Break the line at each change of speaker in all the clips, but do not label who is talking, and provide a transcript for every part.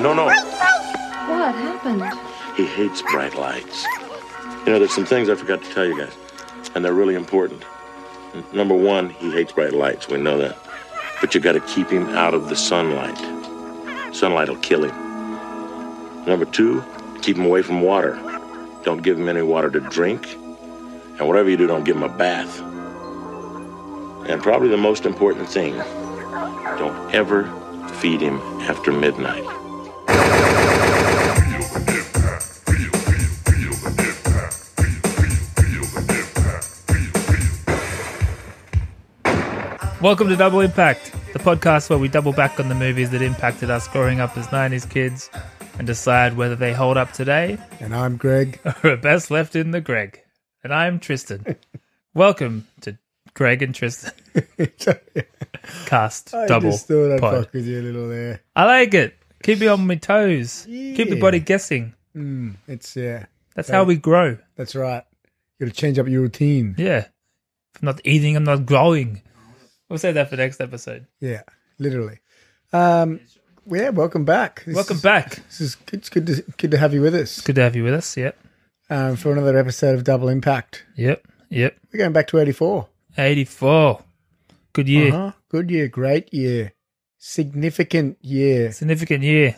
No, no.
What happened?
He hates bright lights. You know, there's some things I forgot to tell you guys, and they're really important. N- Number one, he hates bright lights. We know that. But you got to keep him out of the sunlight. Sunlight will kill him. Number two, keep him away from water. Don't give him any water to drink. And whatever you do, don't give him a bath. And probably the most important thing don't ever feed him after midnight.
Welcome to Double Impact, the podcast where we double back on the movies that impacted us growing up as 90s kids and decide whether they hold up today
And I'm Greg.
or are best left in the Greg. And I'm Tristan. Welcome to Greg and Tristan cast
I
double
just thought I'd
pod.
fuck with you a little there.
I like it. Keep me on my toes. Keep the
Yeah.
body guessing.
It's yeah,
That's how we grow.
that's right. You gotta change up your routine.
Yeah. If I'm not eating, I'm not growing. We'll save that for next episode.
Yeah, literally. Um, yeah, welcome back. This
Welcome
is-
back.
This is it's good to good to have you with us
Good to have you with us. Yep.
um, for another episode of Double Impact.
Yep. Yep.
We're going back to '84.
84. Good year.
Uh-huh. Good year, great year, significant year.
Significant year.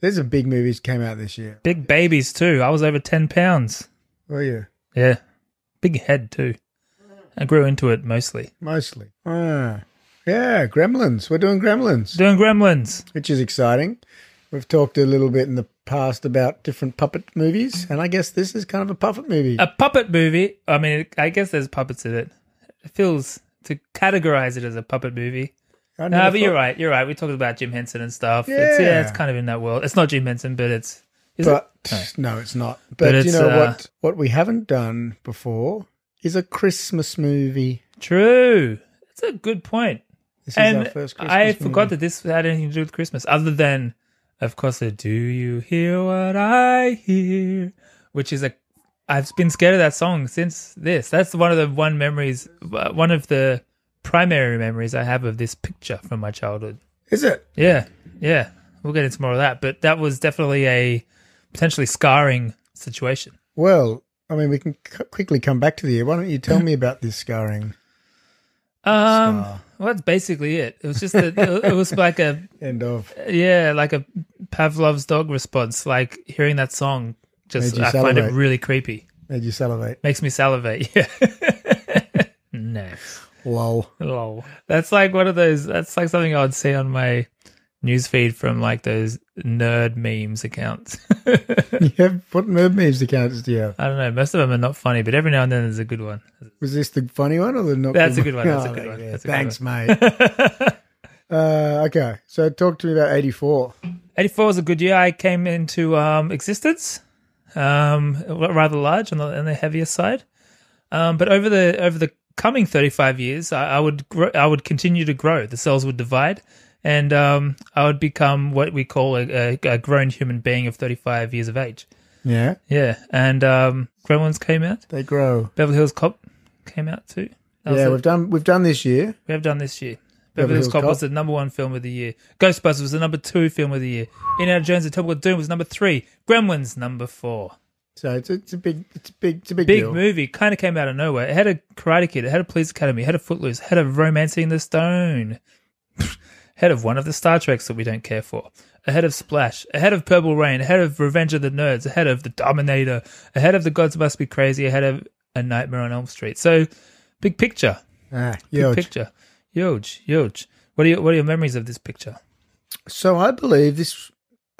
There's some big movies came out this year.
Big babies too. I was over ten pounds.
Oh yeah,
Yeah. Big head too. I grew into it mostly.
mostly. Ah. Yeah, Gremlins. We're doing Gremlins.
Doing gremlins.
which is exciting. We've talked a little bit in the past about different puppet movies, and I guess this is kind of a puppet movie.
A puppet movie. I mean I guess there's puppets in it. It feels to categorize it as a puppet movie.
I
No,
never
but you're
thought-
right. You're right. We talked about Jim Henson and stuff. It's, yeah,
Yeah.
it's kind of in that world. It's not Jim Henson, but it's. Is
But
it? No.
no, it's not. But,
it's,
you know
uh,
what? What we haven't done before is a Christmas movie.
True. That's a good point.
This is
and
our first Christmas
I forgot
movie.
that this had anything to do with Christmas, other than, of course, the "Do You Hear What I Hear," which is a. I've been scared of that song since this. That's one of the one memories, uh, one of the primary memories I have of this picture from my childhood.
Is it?
Yeah, yeah. We'll get into more of that, but that was definitely a potentially scarring situation.
Well, I mean, we can c- quickly come back to the year. Why don't you tell me about this scarring?
Um, well, that's basically it. It was just that it was like a
End of.
yeah, like a Pavlov's dog response. Like hearing that song, just
Made you
I find it
salivate.
really creepy.
Made you salivate.
Makes me salivate. Yeah. no.
Lol.
Lol. That's like one of those. That's like something I would see on my newsfeed from like those nerd memes accounts.
You have what nerd memes accounts do you have?
I don't know. Most of them are not funny, but every now and then there's a good one.
Was this the funny one or the not?
That's a good one, that's a
Oh,
good one,
yeah.
that's a good
Thanks, mate. uh, okay, so talk to me about '84.
84 was a good year. I came into um, existence, um, rather large on the, on the heavier side. Um, but over the over the coming 35 years, I, I would grow, I would continue to grow. The cells would divide, and um, I would become what we call a, a, a grown human being of 35 years of age.
Yeah,
Yeah, and um, Gremlins came out.
they grow.
Beverly Hills Cop came out too. That was
Yeah,
it.
we've done we've done this year.
We have done this year. Beverly
Beverly
Hills
Hills
Cop was the
Cop.
number one film of the year. Ghostbusters was the number two film of the year. Indiana Jones and Temple of Doom was number three. Gremlins number four.
So it's it's a big it's a big it's a big,
Big
deal.
movie, kind of came out of nowhere. It had a Karate Kid, it had a Police Academy, it had a Footloose, it had a Romancing the Stone, ahead of one of the Star Treks that we don't care for, ahead of Splash, ahead of Purple Rain, ahead of Revenge of the Nerds, ahead of The Dominator, ahead of The Gods Must Be Crazy, ahead of A Nightmare on Elm Street. So, big picture,
Ah,
big
huge.
picture, huge, huge. What are your what are your memories of this picture?
So I believe this.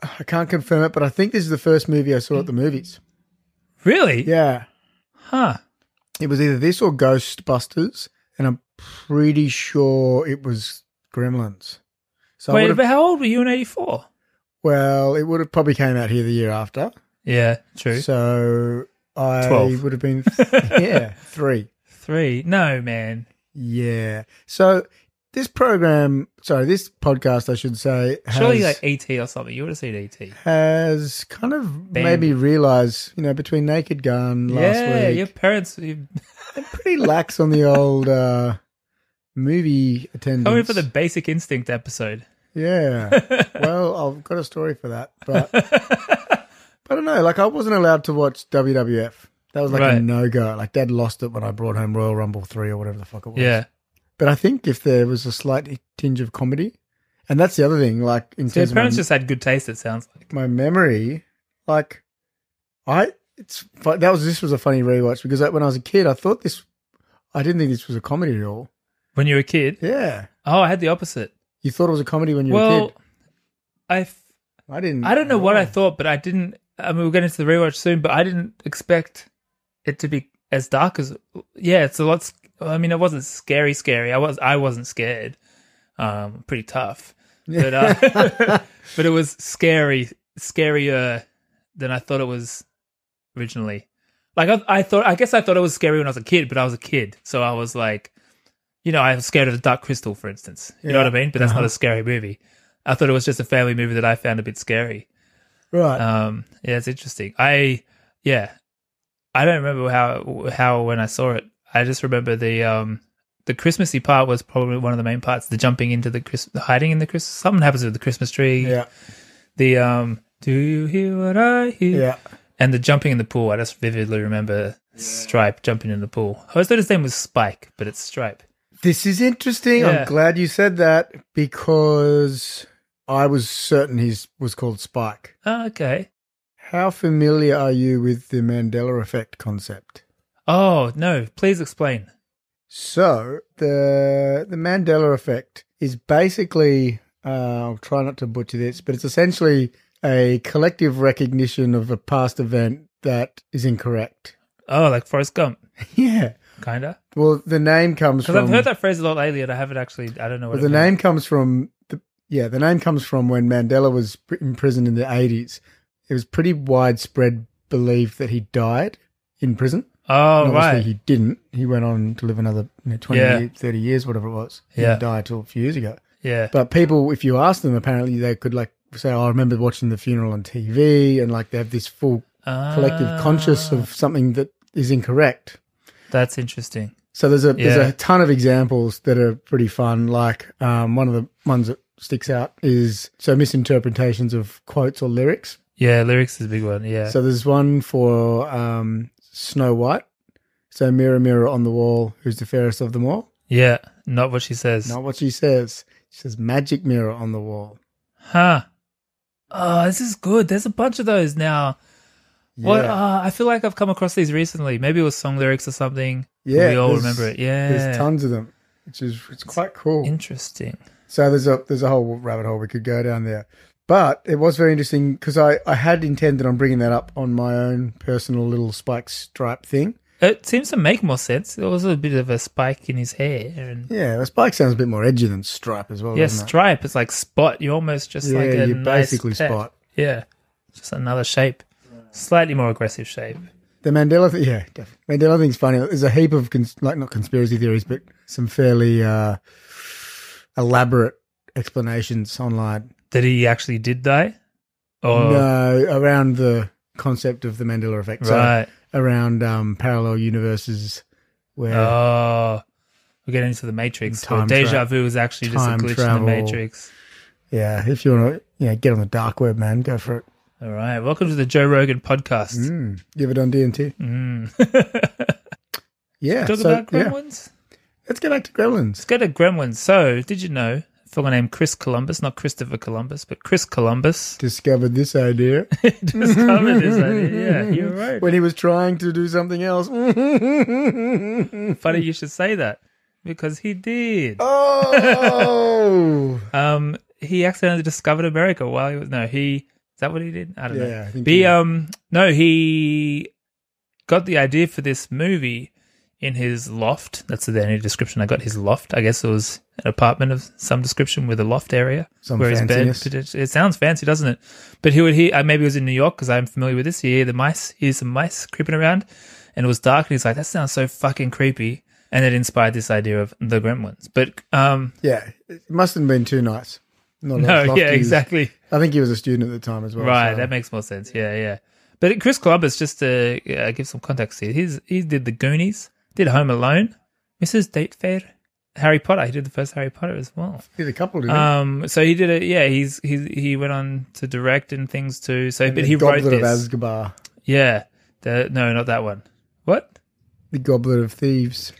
I can't confirm it, but I think this is the first movie I saw at the movies.
Really?
Yeah,
Huh.
it was either this or Ghostbusters, and I'm pretty sure it was Gremlins. So I
Wait,
would've-
but how old were you in '84?
well, it would have probably came out here the year after.
Yeah, true.
So I
Twelve.
would have been yeah three
Three. No, man.
yeah. So this program, sorry, this podcast, I should say, has,
Surely like ET or something. You would have seen E ET.
has kind of made me realize, you know, between Naked Gun last
yeah,
week,
your parents you,
pretty lax on the old uh, movie attendance.
coming for the basic instinct episode.
Yeah. well, I've got a story for that, but but I don't know. Like I wasn't allowed to watch WWF. That was like a
Right.
no go. Like Dad lost it when I brought home Royal Rumble three or whatever the fuck it was.
Yeah.
But I think if there was a slight tinge of comedy, and that's the other thing, like in
So your
terms of my,
parents just had good taste, it sounds like.
my memory, like I it's fu- that was this was a funny rewatch because like, when I was a kid, I thought this, I didn't think this was a comedy at all.
When you were a kid.
Yeah,
Oh, I had the opposite.
you thought it was a comedy when you were a
well,
kid.
I, f-
I didn't.
I don't know what I thought, but I didn't. I mean, we'll get into the rewatch soon, but I didn't expect it to be as dark as. Yeah, it's a lot. s- I mean, it wasn't scary, scary. I was, I wasn't scared. Um, pretty tough, but uh, but it was scary, scarier than I thought it was originally. Like I, I thought, I guess I thought it was scary when I was a kid, but I was a kid, so I was like, you know, I was scared of the Dark Crystal, for instance. You know
Yeah.
what I mean? But that's not a scary movie. I thought it was just a family movie that I found a bit scary.
Right.
Um, yeah, it's interesting. I, yeah, I don't remember how how when I saw it. I just remember the um the Christmassy part was probably one of the main parts. The jumping into the Chris, the hiding in the Christmas. Something happens with the Christmas tree.
yeah.
The um, do you hear what I hear?
Yeah.
And the jumping in the pool. I just vividly remember Stripe jumping in the pool. I always thought his name was Spike, but it's Stripe.
This is interesting.
Yeah.
I'm glad you said that because I was certain his was called Spike.
Oh, okay.
How familiar are you with the Mandela effect concept?
Oh no! Please explain.
So the the Mandela effect is basically uh, I'll try not to butcher this, but it's essentially a collective recognition of a past event that is incorrect.
Oh, like Forrest Gump,
Yeah.
kinda.
Well, the name comes
Because
from
I've heard that phrase a lot lately, and I haven't actually. I don't know what
Well, the
it means.
name comes from the yeah. The name comes from when Mandela was pr- imprisoned in the eighties. It was pretty widespread belief that he died in prison.
Oh
And
right.
Obviously, he didn't. He went on to live another you know, 20,
Yeah.
years, 30 years, whatever it was. He
Yeah.
didn't die till a few years ago.
yeah.
But people, if you ask them, apparently they could like say, oh, "I remember watching the funeral on TV," and like they have this full collective
Ah,
conscious of something that is incorrect.
That's interesting.
So there's
Yeah.
a there's a ton of examples that are pretty fun. Like um, one of the ones that sticks out is so misinterpretations of quotes or lyrics.
Yeah, lyrics is a big one. Yeah.
So there's one for um, Snow White. So mirror, mirror on the wall, who's the fairest of them all?
yeah. Not what she says.
Not what she says. She says magic mirror on the wall.
Huh. Oh, this is good. There's a bunch of those now. What?
Yeah.
Uh, I feel like I've come across these recently. Maybe it was song lyrics or something.
Yeah,
We all
there's-
remember it. Yeah.
There's tons of them, which is it's quite cool.
Interesting.
So there's a there's a whole rabbit hole we could go down there. But it was very interesting because I, I had intended on bringing that up on my own personal little spike stripe thing.
It seems to make more sense. There was a bit of a spike in his hair. And
Yeah, a spike sounds a bit more edgy than stripe as well.
yeah,
doesn't it?
stripe. It's like spot. You're almost just like
Yeah,
a
you
nice
basically
pet.
spot.
Yeah. Just another shape. Slightly more aggressive shape.
The Mandela thing, yeah, definitely. Mandela thing's funny. There's a heap of cons- like not conspiracy theories, but some fairly uh, elaborate explanations online.
That he actually did Oh, die? Or
No, around the concept of the Mandela effect. So
right.
around um, parallel universes where
Oh, we're getting into the Matrix.
Time
where deja
tra-
vu is actually just a
time
glitch in
travel.
the Matrix.
Yeah, if you want to, you know, get on the dark web, man, go for it.
All right, welcome to the Joe Rogan podcast.
Mm. You ever done DMT?
Mm.
Yeah.
Talk
so,
about
yeah.
Gremlins.
Let's get back to Gremlins.
Let's go to Gremlins. So, did you know a fellow named Chris Columbus, not Christopher Columbus, but Chris Columbus,
Discovered this idea
discovered this idea? Yeah, you're right.
when he was trying to do something else.
Funny you should say that because he did.
oh,
Um, he accidentally discovered America while he was no. He is that what he did? I don't know.
Yeah, I think
He,
he-
um, no, he got the idea for this movie in his loft. That's the only description I got. His loft. I guess it was an apartment of some description with a loft area
Some
where his bed.
fanciness.
potenti- It sounds fancy, doesn't it? But he would hear. Uh, maybe it was in New York because I'm familiar with this. He hear the mice. Here's some mice creeping around, and it was dark. And he's like, "That sounds so fucking creepy." And it inspired this idea of the Gremlins. But um,
yeah, it mustn't have been too nice. Not as
no,
lofty
yeah,
as-
exactly.
I think he was a student at the time as well.
Right,
so-
that makes more sense. Yeah, yeah. But Chris Columbus, just to uh, give some context here, he's, he did The Goonies, did Home Alone, Mrs. Datefair, Harry Potter. He did the first Harry Potter as well.
Did a couple, didn't he?
Um, so he did it. Yeah, he's he he went on to direct and things too. So, but
The
he wrote
Goblet of
this.
Azkaban,
Yeah, the, no, not that one. What
the Goblet of Thieves.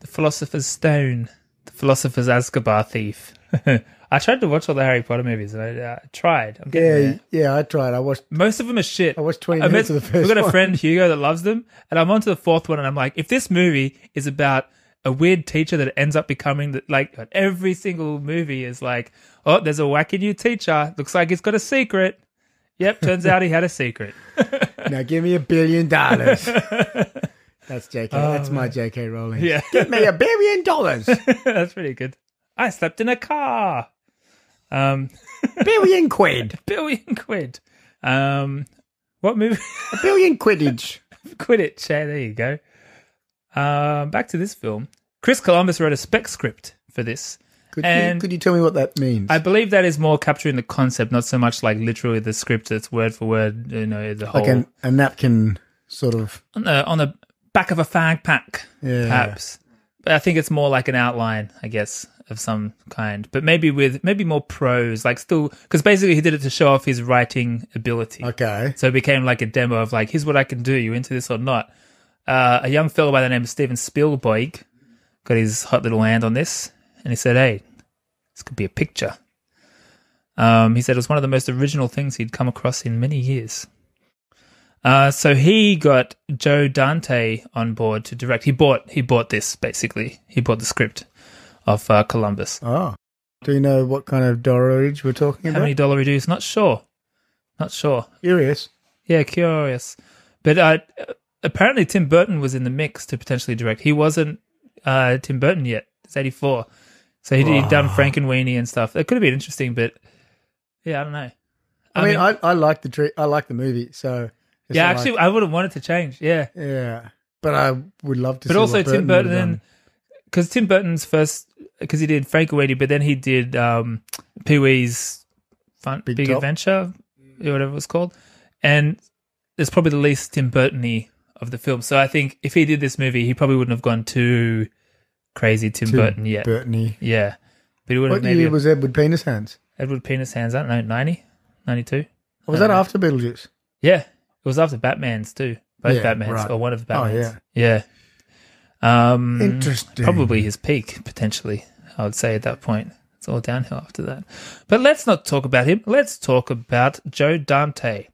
the Philosopher's Stone, the Philosopher's Azkaban thief. I tried to watch all the Harry Potter movies, and I uh, tried. I'm getting
yeah,
there.
yeah, I tried. I watched.
Most of them are shit.
I watched 20
met-
minutes of the first
We've got a
one.
friend, Hugo, that loves them, and I'm on to the fourth one, and I'm like, if this movie is about a weird teacher that ends up becoming the, like every single movie is like, oh, there's a wacky new teacher. Looks like he's got a secret. Yep, turns out he had a secret.
Now give me a billion dollars. That's JK. That's my JK Rowling.
Uh, Yeah.
Give me a billion dollars.
That's pretty good. I slept in a car. Um,
billion quid.
billion quid. Um, what movie?
A billion quidditch.
Quit it, Shay. There you go. Um, back to this film. Chris Columbus wrote a spec script for this.
Could, you,
And-
could you tell me what that means?
I believe that is more capturing the concept, not so much like literally the script that's word for word, you know, the whole.
like an, a napkin sort of.
on, the, on the back of a fag pack,
Yeah.
perhaps. But I think it's more like an outline, I guess, of some kind. But maybe with, maybe more prose, like still, because basically he did it to show off his writing ability.
Okay.
So it became like a demo of like, here's what I can do. You into this or not? Uh, a young fellow by the name of Steven Spielberg got his hot little hand on this, and he said, "Hey, this could be a picture." Um, he said it was one of the most original things he'd come across in many years. Uh, so he got Joe Dante on board to direct. He bought he bought this basically. He bought the script of uh, Columbus.
Oh. Do you know what kind of dorage we're talking
How
about?
many dollar reduce? Not sure. Not sure.
Curious.
Yeah, curious. But uh, apparently, Tim Burton was in the mix to potentially direct. He wasn't uh, Tim Burton yet. It's eighty four, so he'd, he'd done Frank and Weenie and stuff. That could have been interesting, but yeah, I don't know.
I, mean, I, I like the tre- I like the movie, so it's
yeah,
not
actually,
like-
I would have wanted to change. Yeah,
yeah. But I would love to.
but
see
also
what
Tim
would've
Burton
done.
because Tim Burton's first because he did Frank and Weenie, but then he did um, Pee Wee's Fun
Big
Big,
Top.
Adventure, or whatever it was called, and it's probably the least Tim Burton-y of the film. So I think if he did this movie, he probably wouldn't have gone too crazy Tim,
Tim
Burton yet.
Burton-y.
yeah, but he would have
What
maybe
year was Edward Penis Hands?
Edward Penis Hands. I don't know, 90? 92?
Or was that
Uh,
after Beetlejuice?
Yeah, it was after Batman's too. Both
Yeah,
Batman's
right.
or one of the
Oh,
Batman's. yeah, yeah. Um,
Interesting.
Probably his peak potentially. I would say at that point, it's all downhill after that. But let's not talk about him. Let's talk about Joe Dante.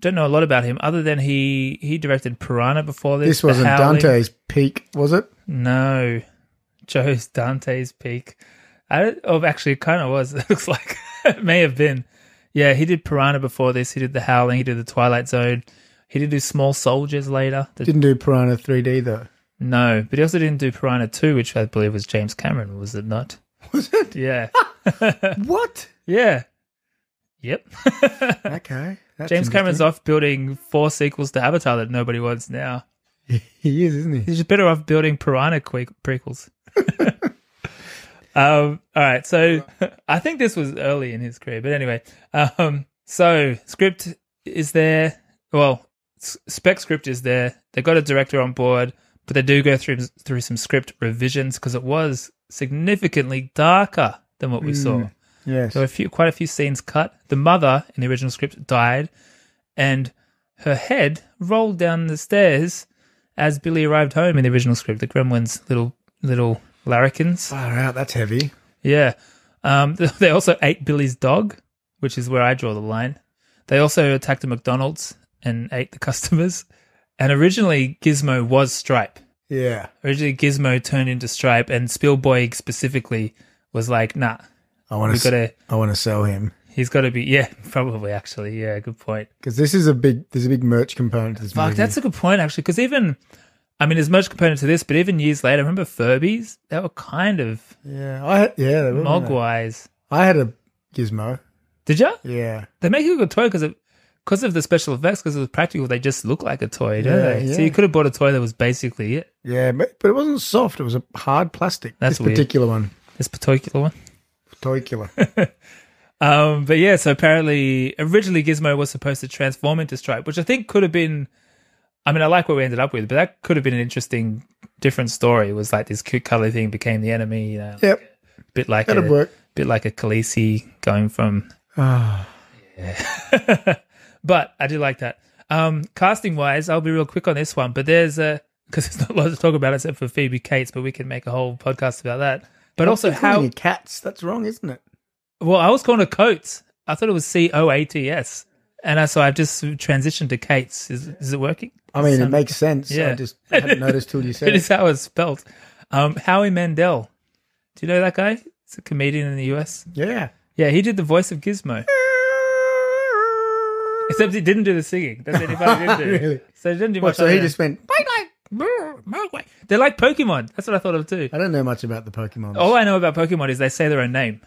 Don't know a lot about him other than he he directed Piranha before this.
This
The
wasn't
Howling.
Dante's peak, was it?
No, Joe's Dante's peak. I don't, oh, actually, it kind of was. It looks like it may have been. Yeah, he did Piranha before this. He did The Howling. He did The Twilight Zone. He did do Small Soldiers later. The-
Didn't do Piranha 3D though.
no, but he also didn't do Piranha 2, which I believe was James Cameron, was it not?
Was it?
Yeah.
What?
yeah. Yep.
Okay. That's
James Cameron's
interesting.
off building four sequels to Avatar that nobody wants now.
He is, isn't he?
He's just better off building Piranha que- prequels. um, all right, so I think this was early in his career, but anyway, um, so script is there. Well, s- spec script is there. They got a director on board, but they do go through through some script revisions because it was significantly darker than what we saw.
Yes.
There were a few, quite a few scenes cut. The mother in the original script died, and her head rolled down the stairs as Billy arrived home in the original script. The Gremlins' little little larrikins.
Far out. That's heavy.
Yeah. Um, they also ate Billy's dog, which is where I draw the line. They also attacked a McDonald's and ate the customers. And originally, Gizmo was Stripe
Yeah.
originally Gizmo turned into Stripe, and Spielberg specifically was like, "Nah,
I want
We
to.
gotta-
I want to sell him
he's got to be." Yeah, probably actually. Yeah, good point.
because this is a big. There's a big merch component to this
Fuck,
movie.
that's a good point actually, because even, I mean, there's much component to this, but even years later, remember Furbies? They were kind of
yeah. I had- yeah. they were, weren't they?
mogwais.
I had a gizmo.
Did ya?
Yeah.
They make it a good toy because of because of the special effects, because it was practical. They just look like a toy, don't
Yeah,
they?
yeah.
So you could have bought a toy that was basically it.
Yeah, but, but it wasn't soft. It was a hard plastic.
That's
this
weird.
particular one.
This particular one.
Particular.
Um, but yeah, so apparently, originally Gizmo was supposed to transform into Stripe, which I think could have been I mean, I like what we ended up with, but that could have been an interesting, different story. It was like this cute color thing became the enemy. You know,
Yep.
bit like
That'd
a
work.
bit like a Khaleesi going from
Ah,
but I do like that. Um, casting wise, I'll be real quick on this one, but there's a because there's not a lot to talk about except for Phoebe Cates, but we can make a whole podcast about that. But also how
Calling it cats? That's wrong, isn't it?
well I was calling her Coates. I thought it was C O A T S, and I, so I've just transitioned to Cates. Is, is it working?
I mean, it
Sound-
makes sense.
Yeah.
I just hadn't noticed till you
It
said
is
it.
how it's spelled. Um, Howie Mandel. Do you know that guy? He's a comedian in the U.S.
Yeah.
Yeah, he did the voice of Gizmo. Except he didn't do the singing. That's the only part he didn't do.
Really?
So he didn't do
What,
much.
so
other
he
than-
just went.
They're like Pokemon. That's what I thought of too.
I don't know much about the Pokemon.
All I know about Pokemon is they say their own name.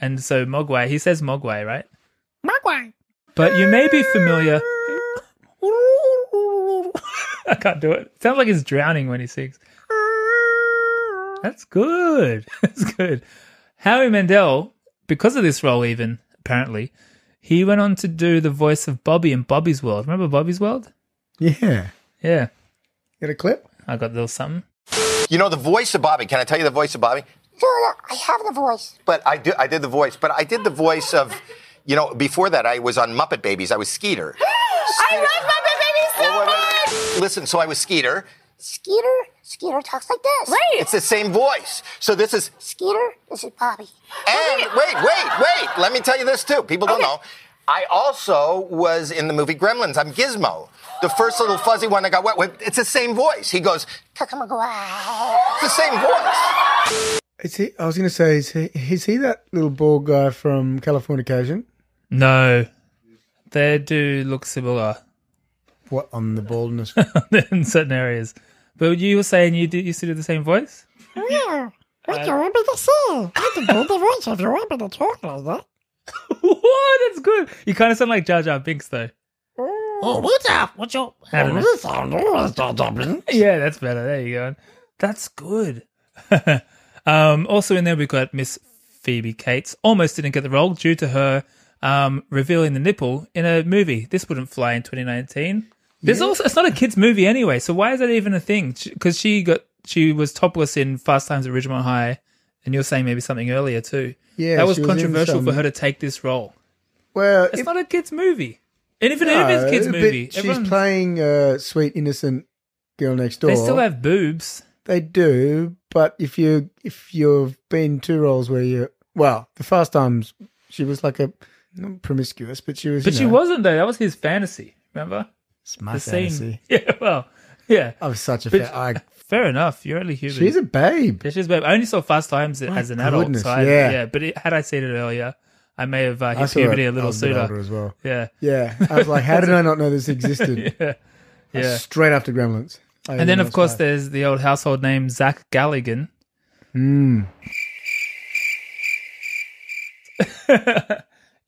And so Mogwai, he says Mogwai, right? Mogwai. But you may be familiar. I can't do it. Sounds like he's drowning when he sings. That's good. That's good. Howie Mandel, because of this role, even apparently, he went on to do the voice of Bobby in Bobby's World. Remember Bobby's World?
Yeah.
Yeah,
Get a clip?
I got a little something.
You know the voice of Bobby. Can I tell you the voice of Bobby?
Julia, I have the voice.
But I do. I did the voice. But I did the voice of, you know, before that I was on Muppet Babies. I was Skeeter.
I love Muppet Baby so
Wait, wait,
much.
wait, wait. Listen. So I was Skeeter.
Skeeter, Skeeter talks like this.
It's the same voice. So this is.
Skeeter, this is Bobby.
And wait, wait, wait. Let me tell you this too. People don't know. I also was in the movie Gremlins. I'm Gizmo, the first little fuzzy one that got wet. Wait, It's the same voice. He goes.
Tucker McGuire.
It's the same voice.
Is he, I was going to say, is he, is he that little bald guy from Californication?
No, they do look similar
What on the baldness?
in certain areas. But you were saying you did, used to do the same voice.
Yeah. What do you want me to say? I can do the voice if you want me to talk like that.
what? That's good. You kind of sound like Jar Jar Binks, though.
Oh, what's up? What's your...
I don't know.
This sound always does something.
Yeah, that's better. There you go. That's good. um, also in there we've got Miss Phoebe Cates. Almost didn't get the role due to her um, revealing the nipple in a movie. This wouldn't fly in 2019. There's also it's not a kids movie anyway, so why is that even a thing? Because she got she was topless in Fast Times at Ridgemont High, and you're saying maybe something earlier too.
Yeah,
that was
she was in
controversial for
some-
her to take this role.
well,
It's
if-
not a kids movie, and if it
no,
is a kids
but
movie,
She's
everyone,
playing uh, Sweet Innocent Girl Next Door.
they still have boobs.
They do, but if you if you've been two roles where you well, the first times she was like a not promiscuous, but she was.
But
you
she
know,
wasn't though. That was his fantasy. Remember
It's my
the
fantasy.
scene? Yeah. Well. Yeah.
I was such a
But-
fan. I,
Fair enough. You're only human.
she's a babe.
Yeah, she's a babe. I only saw Fast Times as an adult.
goodness,
So I, yeah.
yeah.
But it, had I seen it earlier, I may have uh,
I
hit
saw it.
puberty a
I
little
was bit older
sooner.
as well.
Yeah.
Yeah, I was like, how did I not know this existed?
Yeah. Yeah.
Straight after Gremlins. I
And then, of
realised
course,
why.
there's the old household name Zach Galligan.
Hmm.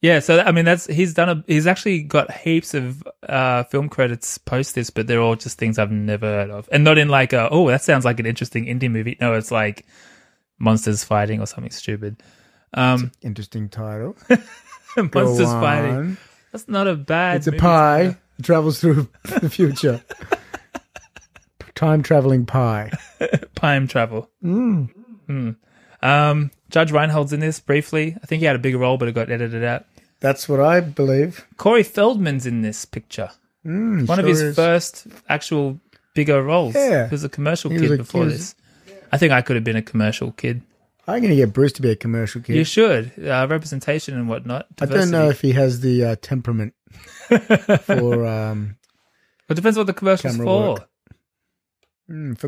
yeah, so I mean, that's he's done a he's actually got heaps of uh, film credits post this, but they're all just things I've never heard of, and not in like a oh that sounds like an interesting indie movie. No, it's like monsters fighting or something stupid. Um,
interesting title. Go
monsters fighting.
on.
That's not a bad.
It's a
movie.
pie. It travels through the future. Time traveling pie.
time travel. Hmm. Um, Judge Reinhold's in this briefly. I think he had a big role, but it got edited out.
That's what I believe.
Corey Feldman's in this picture. Mm, One of
sure
his
is.
first actual bigger roles.
Yeah.
He was a commercial
He was
kid
a-
before
he was-
this. I think I could have been a commercial kid.
I'm going to get Bruce to be a commercial kid.
You should. Uh, representation and whatnot.
I don't
diversity.
know if he has the uh, temperament for um,
It depends what the commercial's
Camera
for.
work. mm, for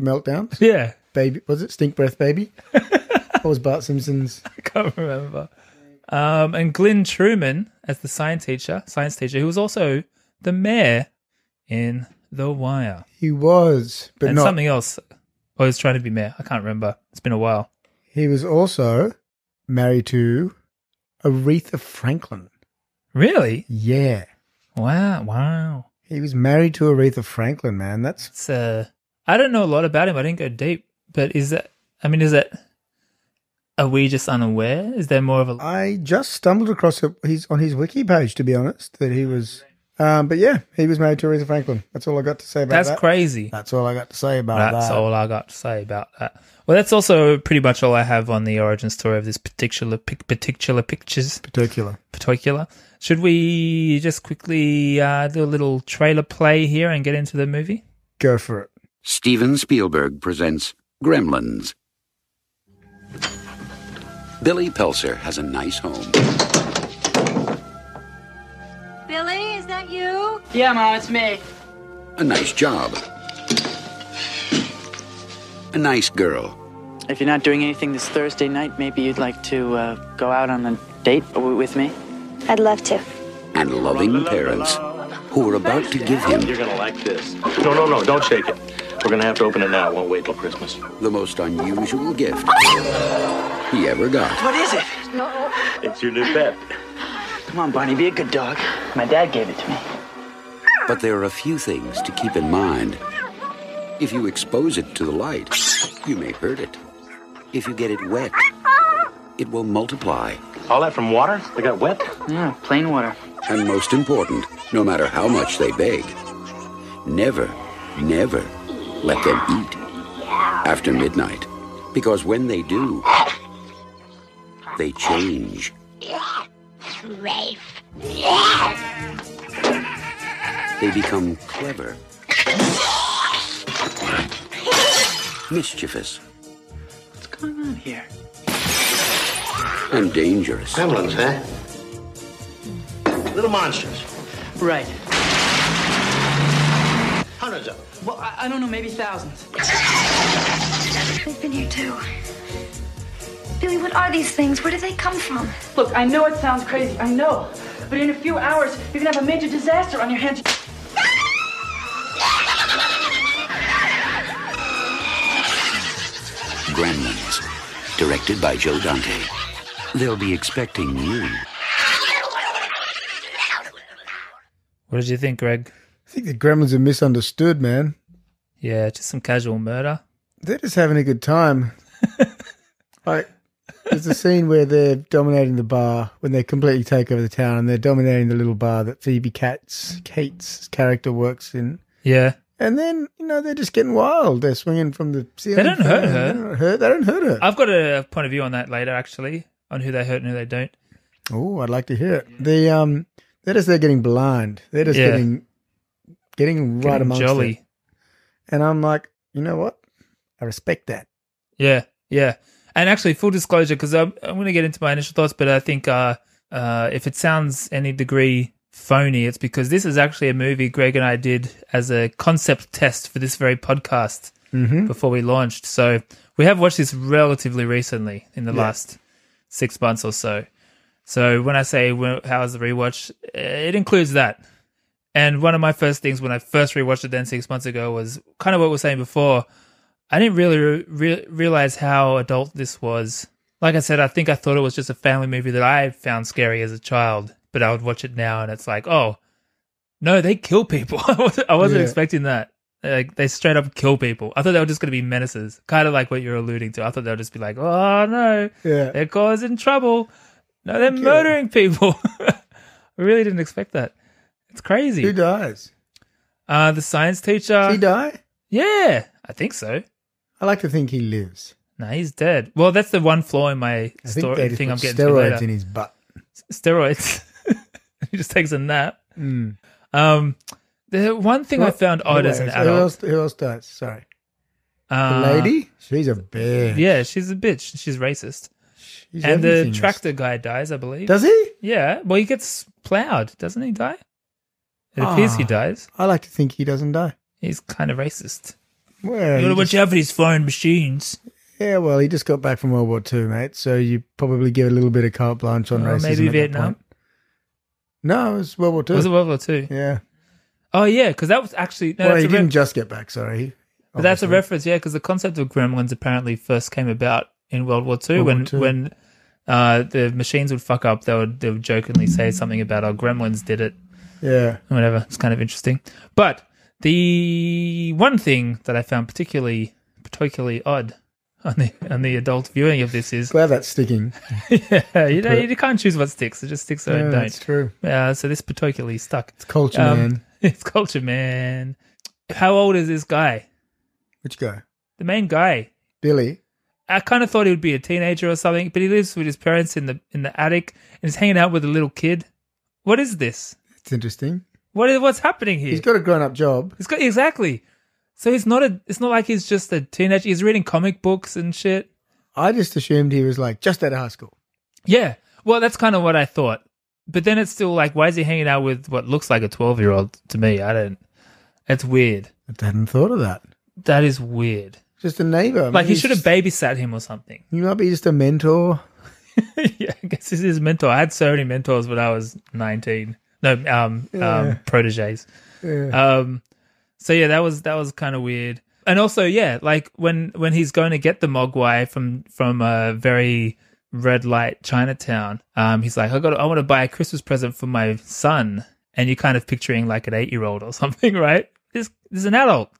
meltdowns.
Yeah.
Baby, was it Stink Breath Baby? What was Bart Simpson's?
I can't remember. Um, and Glenn Truman as the science teacher, science teacher, who was also the mayor in The Wire.
He was, but
and
not.
something else. I was trying to be mayor. I can't remember. It's been a while.
He was also married to Aretha Franklin.
Really?
Yeah,
Wow! Wow!
he was married to Aretha Franklin. Man, that's
It's uh, I don't know a lot about him. I didn't go deep, but is that? I mean, is that? Are we just unaware? Is there more of a?
I just stumbled across it. He's on his wiki page, to be honest, that he was Um, but yeah, he was married to Aretha Franklin. That's all I got to say about
That's
that.
crazy.
That's all I got to say about
That's
that.
all I got to say about that. Well, that's also pretty much all I have on the origin story of this particular pic- particular pictures
Particular.
particular. Should we just quickly uh, do a little trailer play here and get into the movie?
Go for it.
Steven Spielberg presents Gremlins. Billy Pelser has a nice home,
Billy, is that you?
Yeah, Mom, it's me.
a nice job, a nice girl.
If you're not doing anything this Thursday night, maybe you'd like to uh, go out on a date w- with me.
I'd love to.
and loving parents who are about to give him
You're gonna like this. No, no, no, don't shake it. We're gonna have to open it now. It won't wait till Christmas.
the most unusual gift he ever got.
What is it?
It's your new pet.
Come on, Barney, be a good dog. My dad gave it to me.
But there are a few things to keep in mind. If you expose it to the light, you may hurt it. If you get it wet, it will multiply.
All that from water? They got wet?
Yeah, plain water.
And most important, no matter how much they beg, never, never let them eat after midnight. Because when they do, they change. They become clever, mischievous,
What's going on here?
and dangerous.
Gremlins, huh? Little monsters.
Right.
Hundreds of them.
Well, I, I don't know, maybe thousands.
We've been here too. Billy, what are these things? Where do they come from?
Look, I know it sounds crazy, I know. But in a few hours, you're gonna have a major disaster on your hands.
Gremlins, directed by Joe Dante. They'll be expecting you.
What did you think, Greg?
I think the Gremlins are misunderstood, man.
Yeah, just some casual murder.
They're just having a good time. like, there's a scene where they're dominating the bar when they completely take over the town, and they're dominating the little bar that Phoebe Katz, Kate's character works in.
Yeah,
And then you know they're just getting wild. They're swinging from the ceiling.
don't hurt
fan.
her.
They don't hurt. They don't hurt her.
I've got a point of view on that later, actually, on who they hurt and who they don't.
Oh, I'd like to hear it. The um, they're just they're getting blind. They're just
Yeah.
getting getting right
Getting
amongst
jolly.
it. And I'm like, you know what? I respect that.
Yeah, yeah. And actually, full disclosure, because I'm, I'm going to get into my initial thoughts, but I think uh, uh, if it sounds any degree phony, it's because this is actually a movie Greg and I did as a concept test for this very podcast
Mm-hmm.
before we launched. So we have watched this relatively recently in the last six months or so. So when I say well, how was the rewatch, it includes that. And one of my first things when I first rewatched it then six months ago was kind of what we were saying before. I didn't really re- re- realize how adult this was. Like I said, I think I thought it was just a family movie that I found scary as a child, but I would watch it now and it's like, oh, no, they kill people. I wasn't, I wasn't
Yeah.
expecting that. Like they straight up kill people. I thought they were just going to be menaces, kind of like what you're alluding to. I thought they would just be like, oh no,
Yeah.
they're causing trouble. No, they're murdering people. I really didn't expect that. It's
Who
crazy.
dies?
Uh, the science teacher.
Does he die?
yeah, I think so.
I like to think he lives.
No, he's dead. Well, that's the one flaw in my
I think
story
they just
thing I'm
put
getting to
steroids
later.
in his butt.
Steroids. he just takes a nap. Um, the one thing I
What-
found odd as an
Who else,
adult,
who else dies? Sorry, the
uh,
lady. She's a bear.
Yeah, she's a bitch. She's racist.
She's
and
everything.
the tractor guy dies, I believe.
Does he?
yeah. Well, he gets plowed, doesn't he? Die. It appears he
Ah.
dies.
I like to think he doesn't die.
He's kind of racist.
Well, he just-
out for these flying machines.
yeah, well, he just got back from World War II, mate. So you probably give a little bit of carte blanche on
Or
racism.
Oh, maybe
at that
Vietnam.
point. No, it was World War II.
Was it World War Two?
yeah.
Oh yeah, because that was actually no.
well,
that's
he
a re-
didn't just get back. Sorry,
But that's a
Obviously.
reference, yeah, because the concept of gremlins apparently first came about in World War Two
World War
when
Two.
when uh, the machines would fuck up. They would they would jokingly say something about "oh, gremlins did it"
Yeah,
or whatever. It's kind of interesting. But the one thing that I found particularly particularly odd on the on the adult viewing of this is
Glad that's sticking.
yeah, you, know, you can't choose what sticks. It just sticks or
Yeah,
it
that's
don't.
true.
Uh, so this particularly stuck. It's
Culture man.
Um, It's culture man. How old is this guy?
Which guy?
The main guy.
Billy.
I kind of thought he would be a teenager or something, but he lives with his parents in the in the attic and is hanging out with a little kid. What is this?
It's interesting.
What is what's happening here?
He's got a grown-up job.
He's got exactly. So he's not a. It's not like he's just a teenager. He's reading comic books and shit.
I just assumed he was like just out of high school.
Yeah. Well, that's kind of what I thought. But then it's still like, why is he hanging out with what looks like a twelve-year-old? To me, I don't. That's weird.
I hadn't thought of that.
That is weird.
Just a neighbor. I mean,
Like he
he's-
should have babysat him or something.
He might be just a mentor.
yeah, I guess this is his mentor. I had so many mentors when I was nineteen. No, um, um proteges. Um, so yeah, that was that was kind of weird. And also, yeah, like when when he's going to get the Mogwai from from a very red light Chinatown, um, he's like, I got, I want to buy a Christmas present for my son, and you're kind of picturing like an eight year old or something, right? This this is an adult.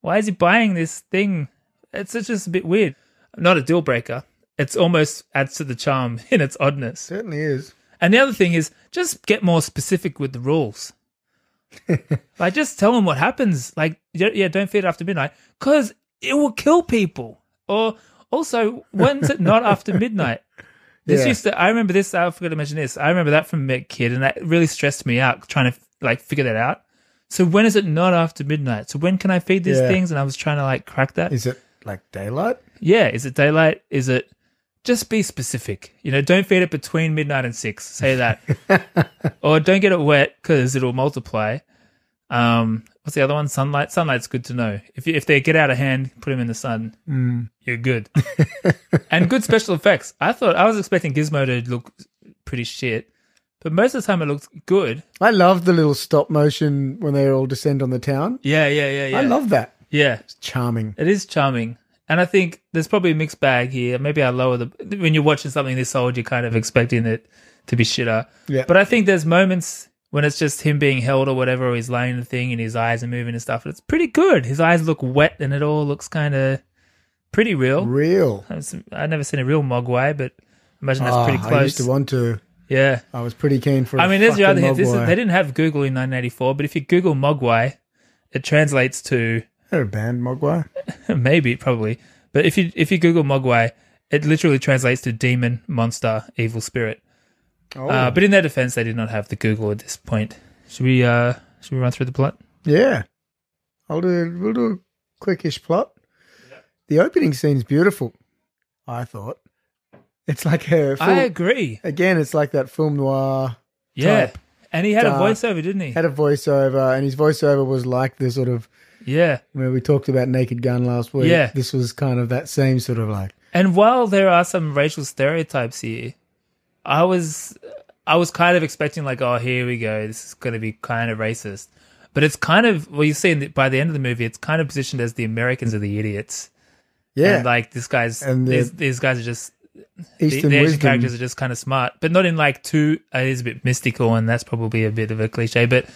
Why is he buying this thing? It's it's just a bit weird. Not a deal breaker. It's almost adds to the charm in its oddness.
Certainly is.
And the other thing is just get more specific with the rules. like just tell them what happens. Like yeah, yeah, don't feed after midnight because it will kill people. Or also, when's it not after midnight? This
Yeah.
used to. I remember this. I forgot to mention this. I remember that from Met Kid, and that really stressed me out trying to like figure that out. So when is it not after midnight? So when can I feed these
Yeah.
things? And I was trying to like crack that.
Is it like daylight?
Yeah, is it daylight? Is it just be specific? You know, don't feed it between midnight and six. Say that, or don't get it wet because it'll multiply. Um, what's the other one? Sunlight. Sunlight's good to know. If you, if they get out of hand, put them in the sun. You're good. and good special effects. I thought I was expecting Gizmo to look pretty shit, but most of the time it looks good.
I love the little stop motion when they all descend on the town.
Yeah, yeah, yeah, yeah.
I love that.
Yeah,
It's charming.
It is charming. And I think there's probably a mixed bag here. Maybe I lower the when you're watching something this old, you're kind of expecting it to be shitter.
Yeah.
But I think there's moments when it's just him being held or whatever, or he's lying in the thing and his eyes are moving and stuff. And it's pretty good. His eyes look wet and it all looks kind of pretty real.
Real.
I was- I've never seen a real mogwai, but I imagine that's
Ah,
pretty
I used
close.
to want to.
yeah.
I was pretty keen for.
I mean, there's your
your
other hint. This is, they didn't have Google in 1984, but if you Google mogwai, it translates to
They're a band, Mogwai.
Maybe, probably. But if you if you Google Mogwai, it literally translates to demon, monster, evil spirit.
Oh,
Uh, but in their defense, they did not have the Google at this point. Should we uh should we run through the plot?
yeah. I'll do. We'll do a quickish plot. The opening scene's beautiful. I thought it's like a. Full,
I agree.
again, it's like that film noir.
Yeah.
Type.
And he had
Dark.
a voiceover, didn't he?
Had a voiceover, and his voiceover was like the sort of
yeah.
where we talked about Naked Gun last week.
Yeah.
this was kind of that same sort of like.
And while there are some racial stereotypes here, I was I was kind of expecting like, oh, here we go, this is going to be kind of racist. But it's kind of well, you see, in the, by the end of the movie, it's kind of positioned as the Americans are the idiots.
Yeah,
And like these guys,
And the-
these, these guys are just the,
Eastern
the Asian
wisdom.
characters are just kind of smart, but not in like too. It is a bit mystical, and that's probably a bit of a cliche, but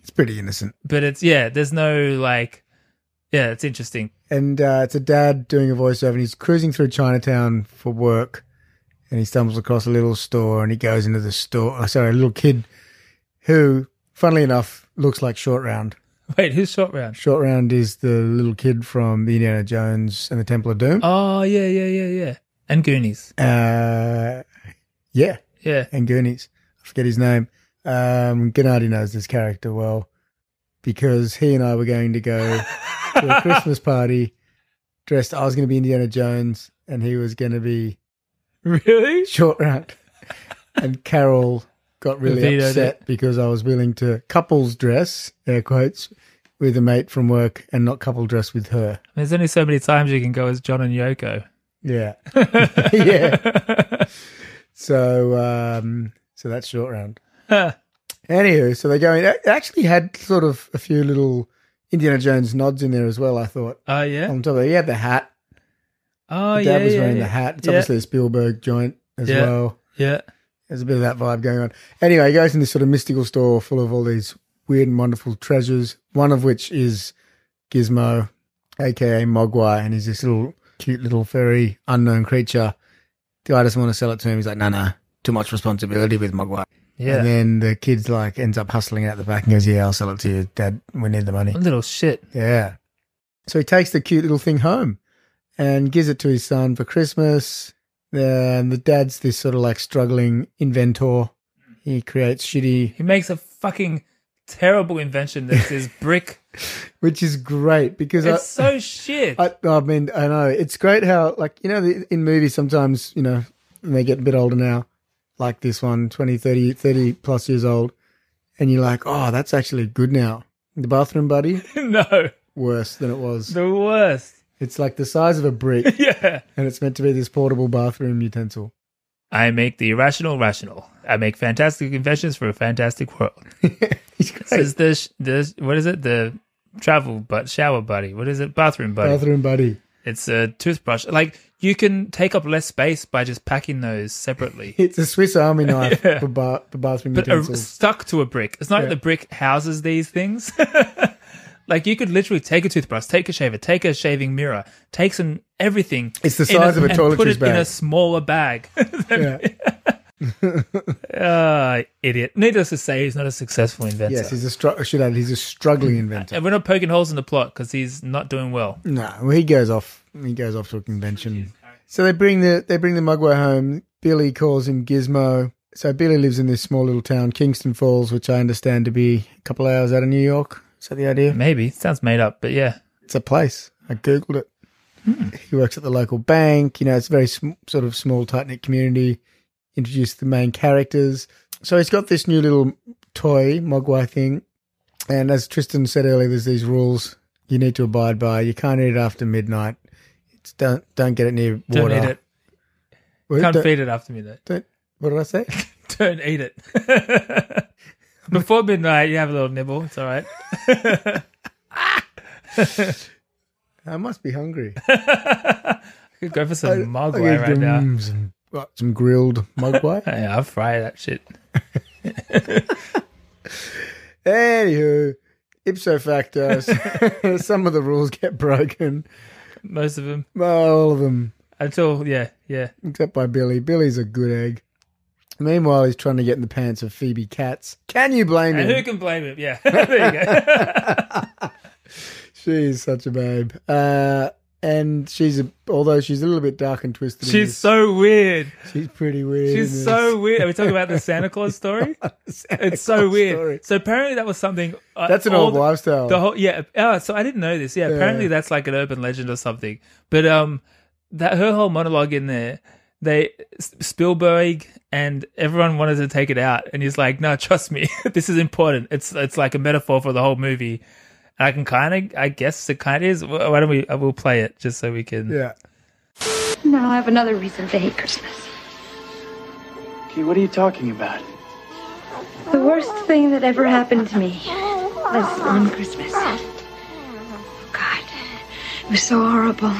It's pretty innocent.
but it's yeah. There's no like, yeah, it's interesting.
and uh, it's a dad doing a voiceover, and he's cruising through Chinatown for work, and he stumbles across a little store, and he goes into the store. Oh, sorry, a little kid who, funnily enough, looks like Short Round.
Wait, who's short round?
Short Round is the little kid from the Indiana Jones and the Temple of Doom.
Oh yeah, yeah, yeah, yeah, and Goonies.
Uh, yeah,
Yeah,
and Goonies. I forget his name. Um, Gennady knows this character well because he and I were going to go to a Christmas party dressed. I was going to be Indiana Jones, and he was going to be
really?
short round. And Carol got really
Vetoed
upset because I was willing to couples dress, air quotes, with a mate from work and not couple dress with her.
There's only so many times you can go as John and Yoko.
Yeah. yeah. So um so that's short round. Anywho, so they go in it actually had sort of a few little Indiana Jones nods in there as well, I thought.
Oh yeah.
On top of it, he had the hat.
Oh
Dad
yeah.
was
yeah,
wearing
yeah.
the hat. It's
yeah.
obviously a Spielberg joint as
Yeah.
well.
Yeah.
There's a bit of that vibe going on. Anyway, he goes in this sort of mystical store full of all these weird and wonderful treasures, one of which is Gizmo, aka Mogwai, and he's this little cute little furry unknown creature. The artist want to sell it to him. He's like, no, no, too much responsibility with Mogwai.
Yeah.
And then the kid's like ends up hustling out the back and goes, yeah, I'll sell it to you, Dad. We need the money.
little shit.
Yeah. So he takes the cute little thing home and gives it to his son for Christmas. And the dad's this sort of like struggling inventor. He creates shitty,
He makes a fucking terrible invention. That's this brick.
which is great because I-
It's so shit.
I, I mean, I know it's great how, like, you know, the- in movies sometimes, you know, when they get a bit older now, like this one, 20, 30, 30 plus years old, and you're like, oh, that's actually good now. The bathroom buddy,
no,
worse than it was.
the worst.
It's like the size of a brick,
Yeah.
and it's meant to be this portable bathroom utensil.
I make the irrational rational. I make fantastic inventions for a fantastic world.
It's
This
great.
is this this what is it? The travel but shower buddy. What is it? Bathroom buddy.
Bathroom buddy.
It's a toothbrush. Like you can take up less space by just packing those separately.
It's a Swiss Army knife for, ba- for bathroom
but are
utensils.
stuck to a brick. It's not like the brick houses these things. like you could literally take a toothbrush, take a shaver, take a shaving mirror, take some everything.
It's the
in
size of a
and Put
toiletries
it in a
bag.
smaller bag. uh, idiot. Needless to say, he's not a successful inventor.
Yes, he's a str- I should add he's a Mm. struggling
Mm.
inventor.
and we're not poking holes in the plot because he's not doing well.
No, well, he goes off. He goes off to a convention. So they bring the they bring the Mugwai home. Billy calls him Gizmo. So Billy lives in this small little town, Kingston Falls, which I understand to be a couple of hours out of New York. Is that the idea?
Maybe sounds made up, but yeah,
It's a place. I googled it.
Hmm.
He works at the local bank. You know, it's a very sm- sort of small, tight knit community. Introduced the main characters. So he's got this new little toy Mogwai thing, and as Tristan said earlier, there's these rules you need to abide by. You can't eat it after midnight. It's don't don't get it near
don't
water.
eat it.
Well,
Can't
don't-
feed it after me though.
don't- what did I say?
Don't eat it. Before midnight, you have a little nibble. It's all right.
I must be hungry.
Could go for some
I'll
mogwai
give
right now.
them Some, what, some grilled Mogwai.
Yeah, I'll fry that shit.
Anywho, ipso facto, some of the rules get broken.
Most of them.
All of them,
Until, yeah, yeah.
except by Billy. Billy's a good egg. Meanwhile, he's trying to get in the pants of Phoebe Katz. Can you blame
And who
him?
can blame him? Yeah. there you go.
She's such a babe. Uh, and she's, a, although she's a little bit dark and twisted, in
She's
this,
so weird.
she's pretty weird. in
She's
this.
so weird. Are we talking about the Santa Claus story? it's so
Claus
weird.
story.
So apparently that was something. uh,
That's an
all
old
the-
lifestyle.
The whole yeah. Oh, so I didn't know this. Yeah, apparently that's like an urban legend or something. But um, that her whole monologue in there, they S- Spielberg and everyone wanted to take it out, and he's like, "No, trust me, this is important. It's it's like a metaphor for the whole movie." And I can kind of, I guess it kind of is. Wh- Why don't we? I will play it just so we can.
yeah.
Now I have another reason to hate Christmas.
Okay, what are you talking about?
The worst thing that ever happened to me was on Christmas. Oh, God, it was so horrible.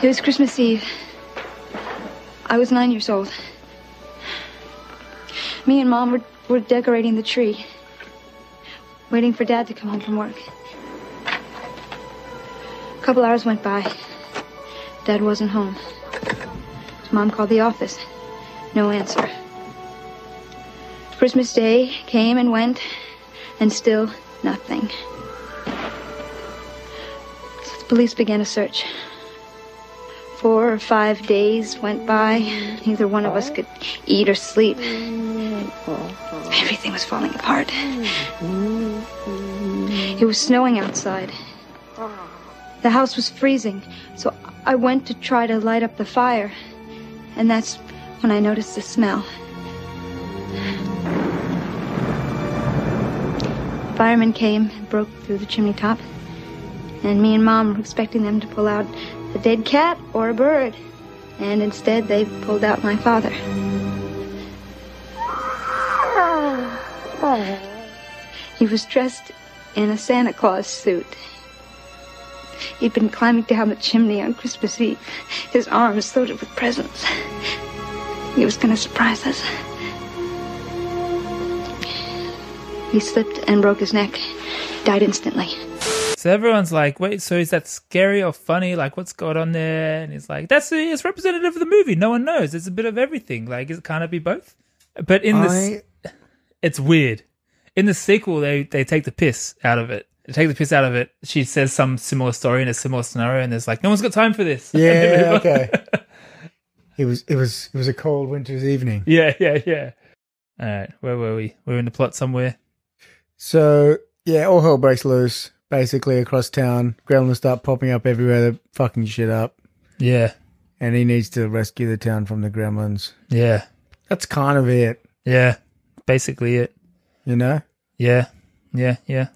It was Christmas Eve. I was nine years old. Me and Mom were, were decorating the tree, waiting for Dad to come home from work. A couple hours went by. Dad wasn't home. Mom called the office. No answer. Christmas Day came and went, and still nothing. So the police began a search. Four or five days went by. Neither one of us could eat or sleep. Everything was falling apart. It was snowing outside. The house was freezing, so I went to try to light up the fire. And that's when I noticed the smell. Firemen came and broke through the chimney top. And me and Mom were expecting them to pull out a dead cat or a bird. And instead, they pulled out my father. He was dressed in a Santa Claus suit. He'd been climbing down the chimney on Christmas Eve, his arms loaded with presents. He was gonna surprise us. He slipped and broke his neck, died instantly.
So everyone's like, wait, so is that scary or funny? Like, what's going on there? And he's like, that's it's representative of the movie. No one knows. It's a bit of everything. Like, is, can't it be both? But in this,
I,
it's weird. In the sequel, they they take the piss out of it. They take the piss out of it. She says some similar story in a similar scenario, and there's like, no one's got time for this.
yeah, okay. It was it was it was a cold winter's evening.
yeah, yeah, yeah. All right, where were we? We were in the plot somewhere.
So yeah, all hell breaks loose basically across town. Gremlins start popping up everywhere. They're fucking shit up,
Yeah,
and he needs to rescue the town from the gremlins.
yeah,
That's kind of it,
yeah. Basically, it.
you know.
Yeah, yeah, yeah.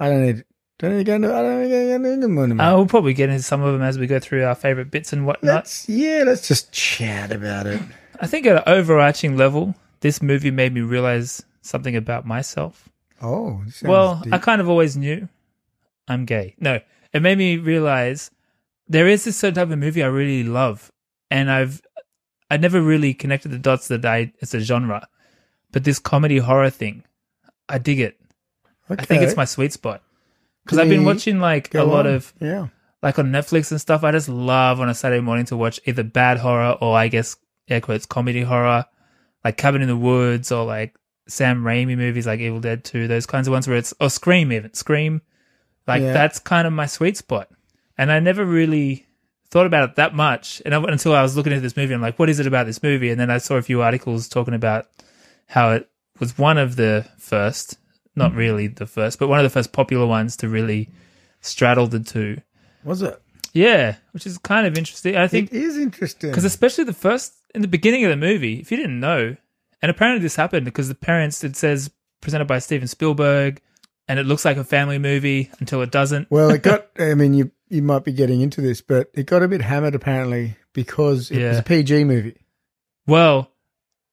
I don't need don't need to go into I don't need to go into Moon
Uh, we'll probably get into some of them as we go through our favorite bits and whatnot.
Let's yeah, let's just chat about it.
I think at an overarching level, this movie made me realize something about myself.
Oh, this sounds
Well,
deep.
I kind of always knew I'm gay. No, it made me realize there is this certain type of movie I really love, and I've I never really connected the dots that I it's a genre, but this comedy horror thing, I dig it. I think it's
Okay.
my sweet spot because I've been
Please
watching like a
Go
lot
on.
of
yeah.
like on Netflix and stuff, I just love on a Saturday morning to watch either bad horror or I guess air quotes comedy horror, like Cabin in the Woods or like Sam Raimi movies like Evil Dead Two, those kinds of ones where it's or Scream even Scream, like
Yeah.
that's kind of my sweet spot, and I never really thought about it that much, and I, until I was looking at this movie, I'm like, what is it about this movie? And then I saw a few articles talking about how it was one of the first, not really the first, but one of the first popular ones to really straddle the two.
Was it?
Yeah, which is kind of interesting. I think
it is interesting.
because especially the first in the beginning of the movie, if you didn't know, and apparently this happened because the parents it says presented by Steven Spielberg, and it looks like a family movie until it doesn't.
well, it got. I mean, you you might be getting into this, but it got a bit hammered apparently because it was
Yeah.
a PG movie.
Well,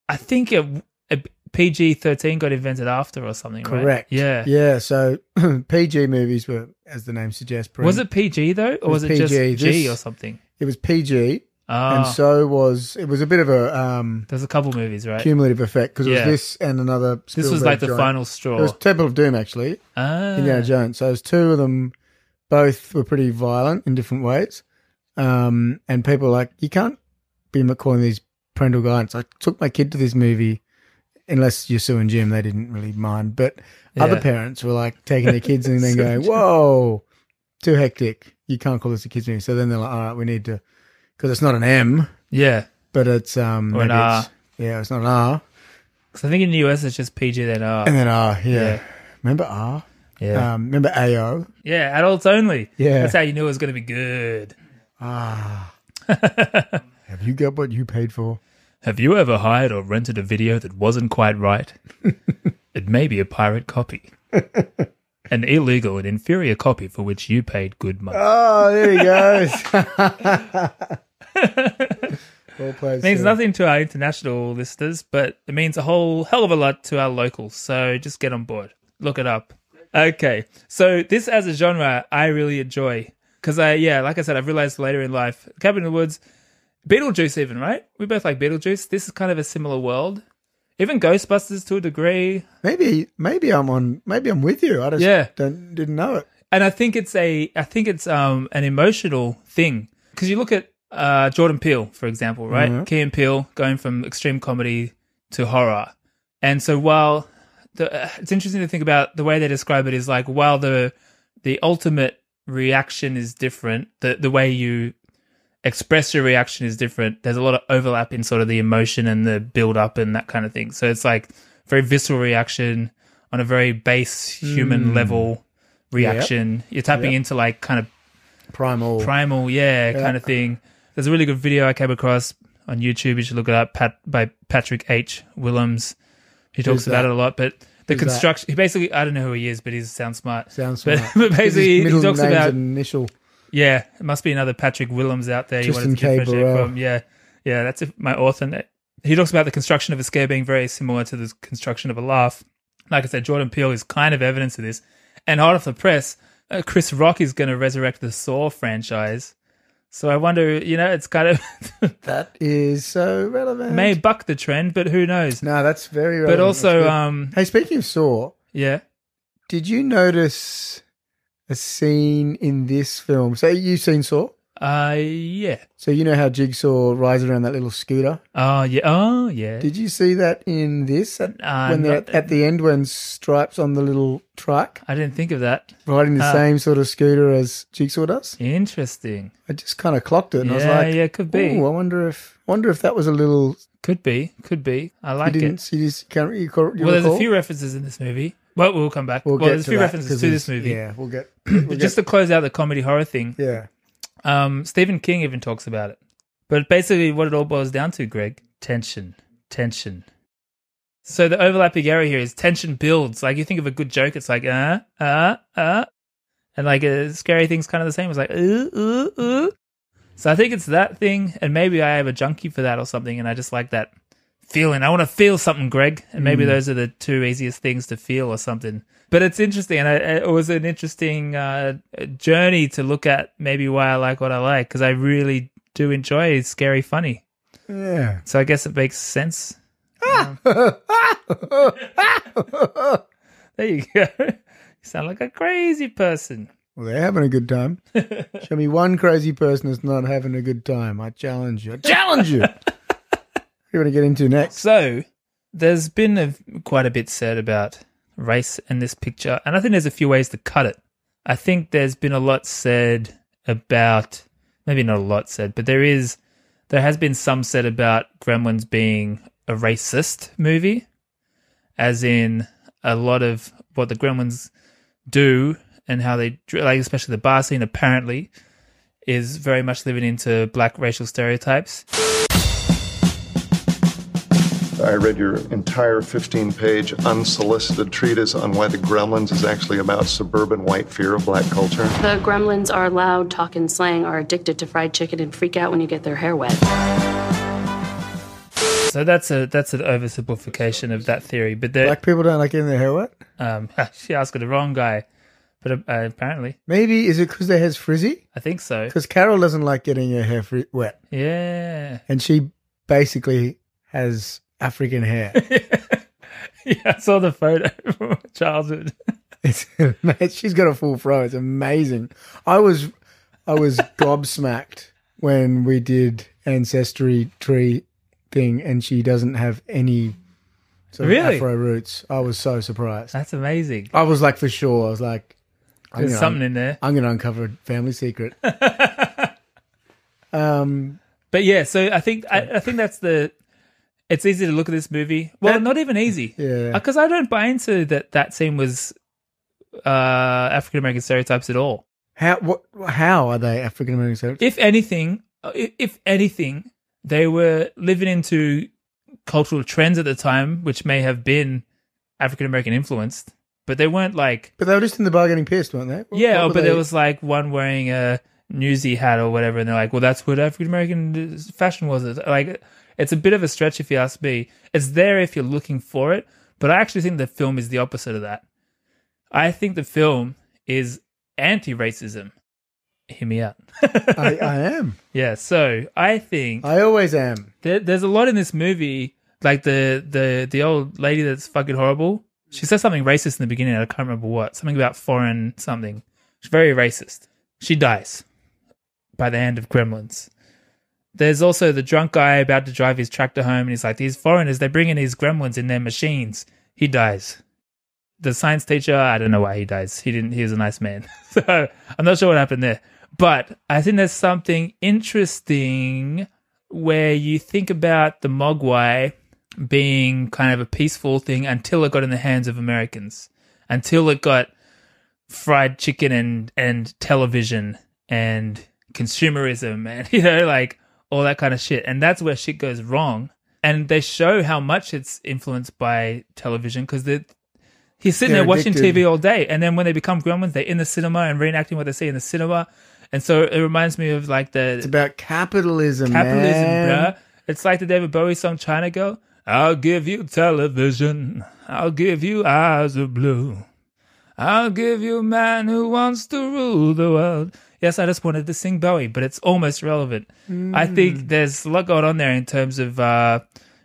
I think it, it PG thirteen got invented after or something. right?
Correct.
Yeah.
Yeah. So PG movies were, as the name suggests,
Was it PG though, or
was
was it just
PG.
G
This-
or something?
It was PG,
Ah,
and so was it was a bit of a um,
there's a couple movies, right?
cumulative effect because it
Yeah.
was this and another.
This was
Spielberg
like the
joint.
final
It
straw.
was Temple of Doom actually.
ah,
Indiana Jones. So it was two of them. Both were pretty violent in different ways. Um, and people were like, you can't be calling these parental guidance. I took my kid to this movie, unless you're Sue and Jim, they didn't really mind. But other
Yeah.
parents were like taking their kids and then
Sue and
going,
Jim.
whoa, too hectic. You can't call this a kids movie. So then they're like, all right, we need to, because it's not an M,
yeah.
but it's um,
Or an
maybe it's-
R.
Yeah, it's not an R.
'Cause I think in the US it's just PG then R.
And then R, yeah.
Yeah.
Remember R?
Yeah.
Um, remember AO?
Yeah, adults only.
Yeah.
That's how you knew it was going to be good.
Have you got what you paid for?
Have you ever hired or rented a video that wasn't quite right? it may be a pirate copy, an illegal and inferior copy for which you paid good money.
Oh, there he goes. well played.
means
sir.
nothing to our international listeners, but it means a whole hell of a lot to our locals. So just get on board, look it up. Okay, so this as a genre I really enjoy because I yeah, like I said, I've realized later in life, Cabin in the Woods, Beetlejuice, even right? We both like Beetlejuice. This is kind of a similar world. Even Ghostbusters to a degree,
Maybe, maybe I'm on. Maybe I'm with you. I just
Yeah.
don't, didn't know it.
and I think it's a I think it's um an emotional thing because you look at uh Jordan Peele for example, right? Key and Peele going from extreme comedy to horror, and so while the, uh, it's interesting to think about the way they describe it is like while the the ultimate reaction is different, the the way you express your reaction is different. There's a lot of overlap in sort of the emotion and the build up and that kind of thing. So it's like very visceral reaction on a very base human level reaction. You're tapping into like kind of
Primal.
primal, yeah, kind of thing. There's a really good video I came across on YouTube. You should look it up. Pat by Patrick H. Willems. He talks about
that?
it a lot, but the
Who's that?
construction. He basically, I don't know who he is, but he sounds smart.
Sounds
But-
smart.
But,
Is his
basically, he
middle
talks
name's
about
an initial.
yeah, it must be another Patrick Willems out there.
Tristan
you wanted to
K.
get fresh air
Burrell.
from. Yeah, yeah, that's a, my author. name. He talks about the construction of a scare being very similar to the construction of a laugh. Like I said, Jordan Peele is kind of evidence of this. And hot off the press, uh, Chris Rock is going to resurrect the Saw franchise. So I wonder, you know, it's kind of
That is so relevant.
may buck the trend, but who knows?
No, that's very. relevant.
but um,
That's
also,
good.
um,
hey, speaking of Saw,
yeah,
did you notice a scene in this film. So you've seen Saw?
Uh, yeah.
So you know how Jigsaw rides around that little scooter?
Oh, yeah. Oh, yeah.
Did you see that in this? At,
Uh,
when they're
not-
at the end, when Stripes on the little truck
I didn't think of that.
riding the
Uh,
same sort of scooter as Jigsaw does,
Interesting.
I just kind of clocked it, and I was
Yeah,
like,
yeah, could be.
"Ooh, I wonder if wonder if that was a little."
Could be. Could be. I
You
like it.
didn't. You just can't. You, call, you
Well, there's a
recall?
few references in this movie. Well, we'll come back.
We'll
Well,
get
there's a
to
few
that,
references
'cause
to
it's-
this movie.
Yeah, we'll get. We'll
But just to close out the comedy horror thing,
get yeah.
um, Stephen King even talks about it. But basically, what it all boils down to, Greg, tension, tension. So the overlapping area here is tension builds. Like you think of a good joke, it's like uh uh uh, and like a scary thing's kind of the same. It's like ooh ooh ooh. So I think it's that thing, and maybe I have a junkie for that or something, and I just like that feeling. I want to feel something, Greg, and maybe those are the two easiest things to feel or something. But it's interesting, and I- it was an interesting uh, journey to look at maybe why I like what I like because I really do enjoy scary funny.
Yeah.
So I guess it makes sense. There you go. you sound like a crazy person.
Well, they're having a good time. Show me one crazy person that's not having a good time. I challenge you. I challenge you. what do you want to get into next?
So there's been a, quite a bit said about race in this picture, and I think there's a few ways to cut it. I think there's been a lot said about, maybe not a lot said, but there is, there has been some said about Gremlins being a racist movie, as in a lot of what the Gremlins do and how they, dr- like especially the bar scene, apparently, is very much living into black racial stereotypes.
I read your entire 15 page unsolicited treatise on why the gremlins is actually about suburban white fear of black culture.
The gremlins are loud, talk and slang, are addicted to fried chicken, and freak out when you get their hair wet.
So that's a that's an oversimplification of that theory. But there,
Black people don't like getting their hair wet.
um, she asked the wrong guy, but uh, apparently
Maybe is it because their hair's frizzy?
I think so.
Because Carol doesn't like getting her hair fri- wet,
Yeah,
and she basically has African hair.
yeah. I saw the photo from my childhood.
It's mate, she's got a full fro. It's amazing. I was I was gobsmacked when we did ancestry tree thing, and she doesn't have any sort of
Really?
Afro roots. I was so surprised.
That's amazing.
I was like, for sure. I was like, I'm
There's
gonna-
something in there.
I'm going to uncover a family secret. um,
But yeah, so I think I, I think that's the. It's easy to look at this movie. Well, not even easy.
Yeah.
because I don't buy into that. That scene was uh, African American stereotypes at all.
how what how are they African American?
if anything, if if anything, they were living into cultural trends at the time, which may have been African American influenced, but they weren't like
But they were just in the bar getting pissed, weren't they? What-
yeah.
what
oh,
were
but
they-
there was like one wearing a newsy hat or whatever, and they're like, "Well, that's what African American fashion was." It's Like, it's a bit of a stretch if you ask me. It's there if you're looking for it, but I actually think the film is the opposite of that. I think the film is anti-racism. Hear me out.
I, I am.
Yeah, so I think
I always am.
there, there's a lot in this movie. Like the the the old lady that's fucking horrible. She says something racist in the beginning. I can't remember what. Something about foreign something. She's very racist. She dies by the hand of gremlins. There's also the drunk guy about to drive his tractor home, and he's like, "These foreigners, they're bringing these gremlins in their machines." He dies. The science teacher, I don't know why he dies. He didn't. He was a nice man, so I'm not sure what happened there. But I think there's something interesting where you think about the Mogwai being kind of a peaceful thing until it got in the hands of Americans, until it got fried chicken and, and television and consumerism and, you know, like all that kind of shit. And that's where shit goes wrong. And they show how much it's influenced by television because they're. He's sitting
They're
there watching
addicted.
TV all day, and then when they become gremlins, they're in the cinema and reenacting what they see in the cinema, and so it reminds me of like the
It's about capitalism.
capitalism,
man.
bruh. It's like the David Bowie song China Girl. I'll give you television. I'll give you eyes of blue. I'll give you a man who wants to rule the world. Yes, I just wanted to sing
Mm.
Bowie, but it's almost relevant. I think there's a lot going on there in terms of uh,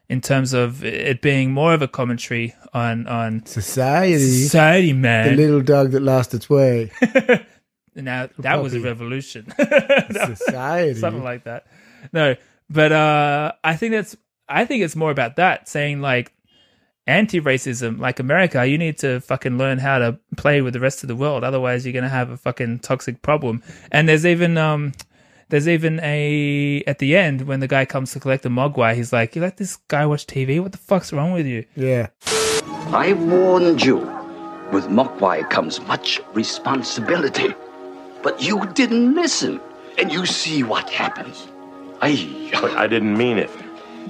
in terms of it being more of a commentary on on
society,
society, man.
The little dog that lost its way.
now that was a revolution,
society,
something like that. No, but uh, I think that's I think it's more about that saying like anti-racism like america you need to fucking learn how to play with the rest of the world otherwise you're going to have a fucking toxic problem and there's even um there's even a at the end when the guy comes to collect the mogwai he's like you let this guy watch tv what the fuck's wrong with you
yeah
I warned you. With Mokwai comes much responsibility. But you didn't listen, and you see what happens. I,
But I didn't mean it.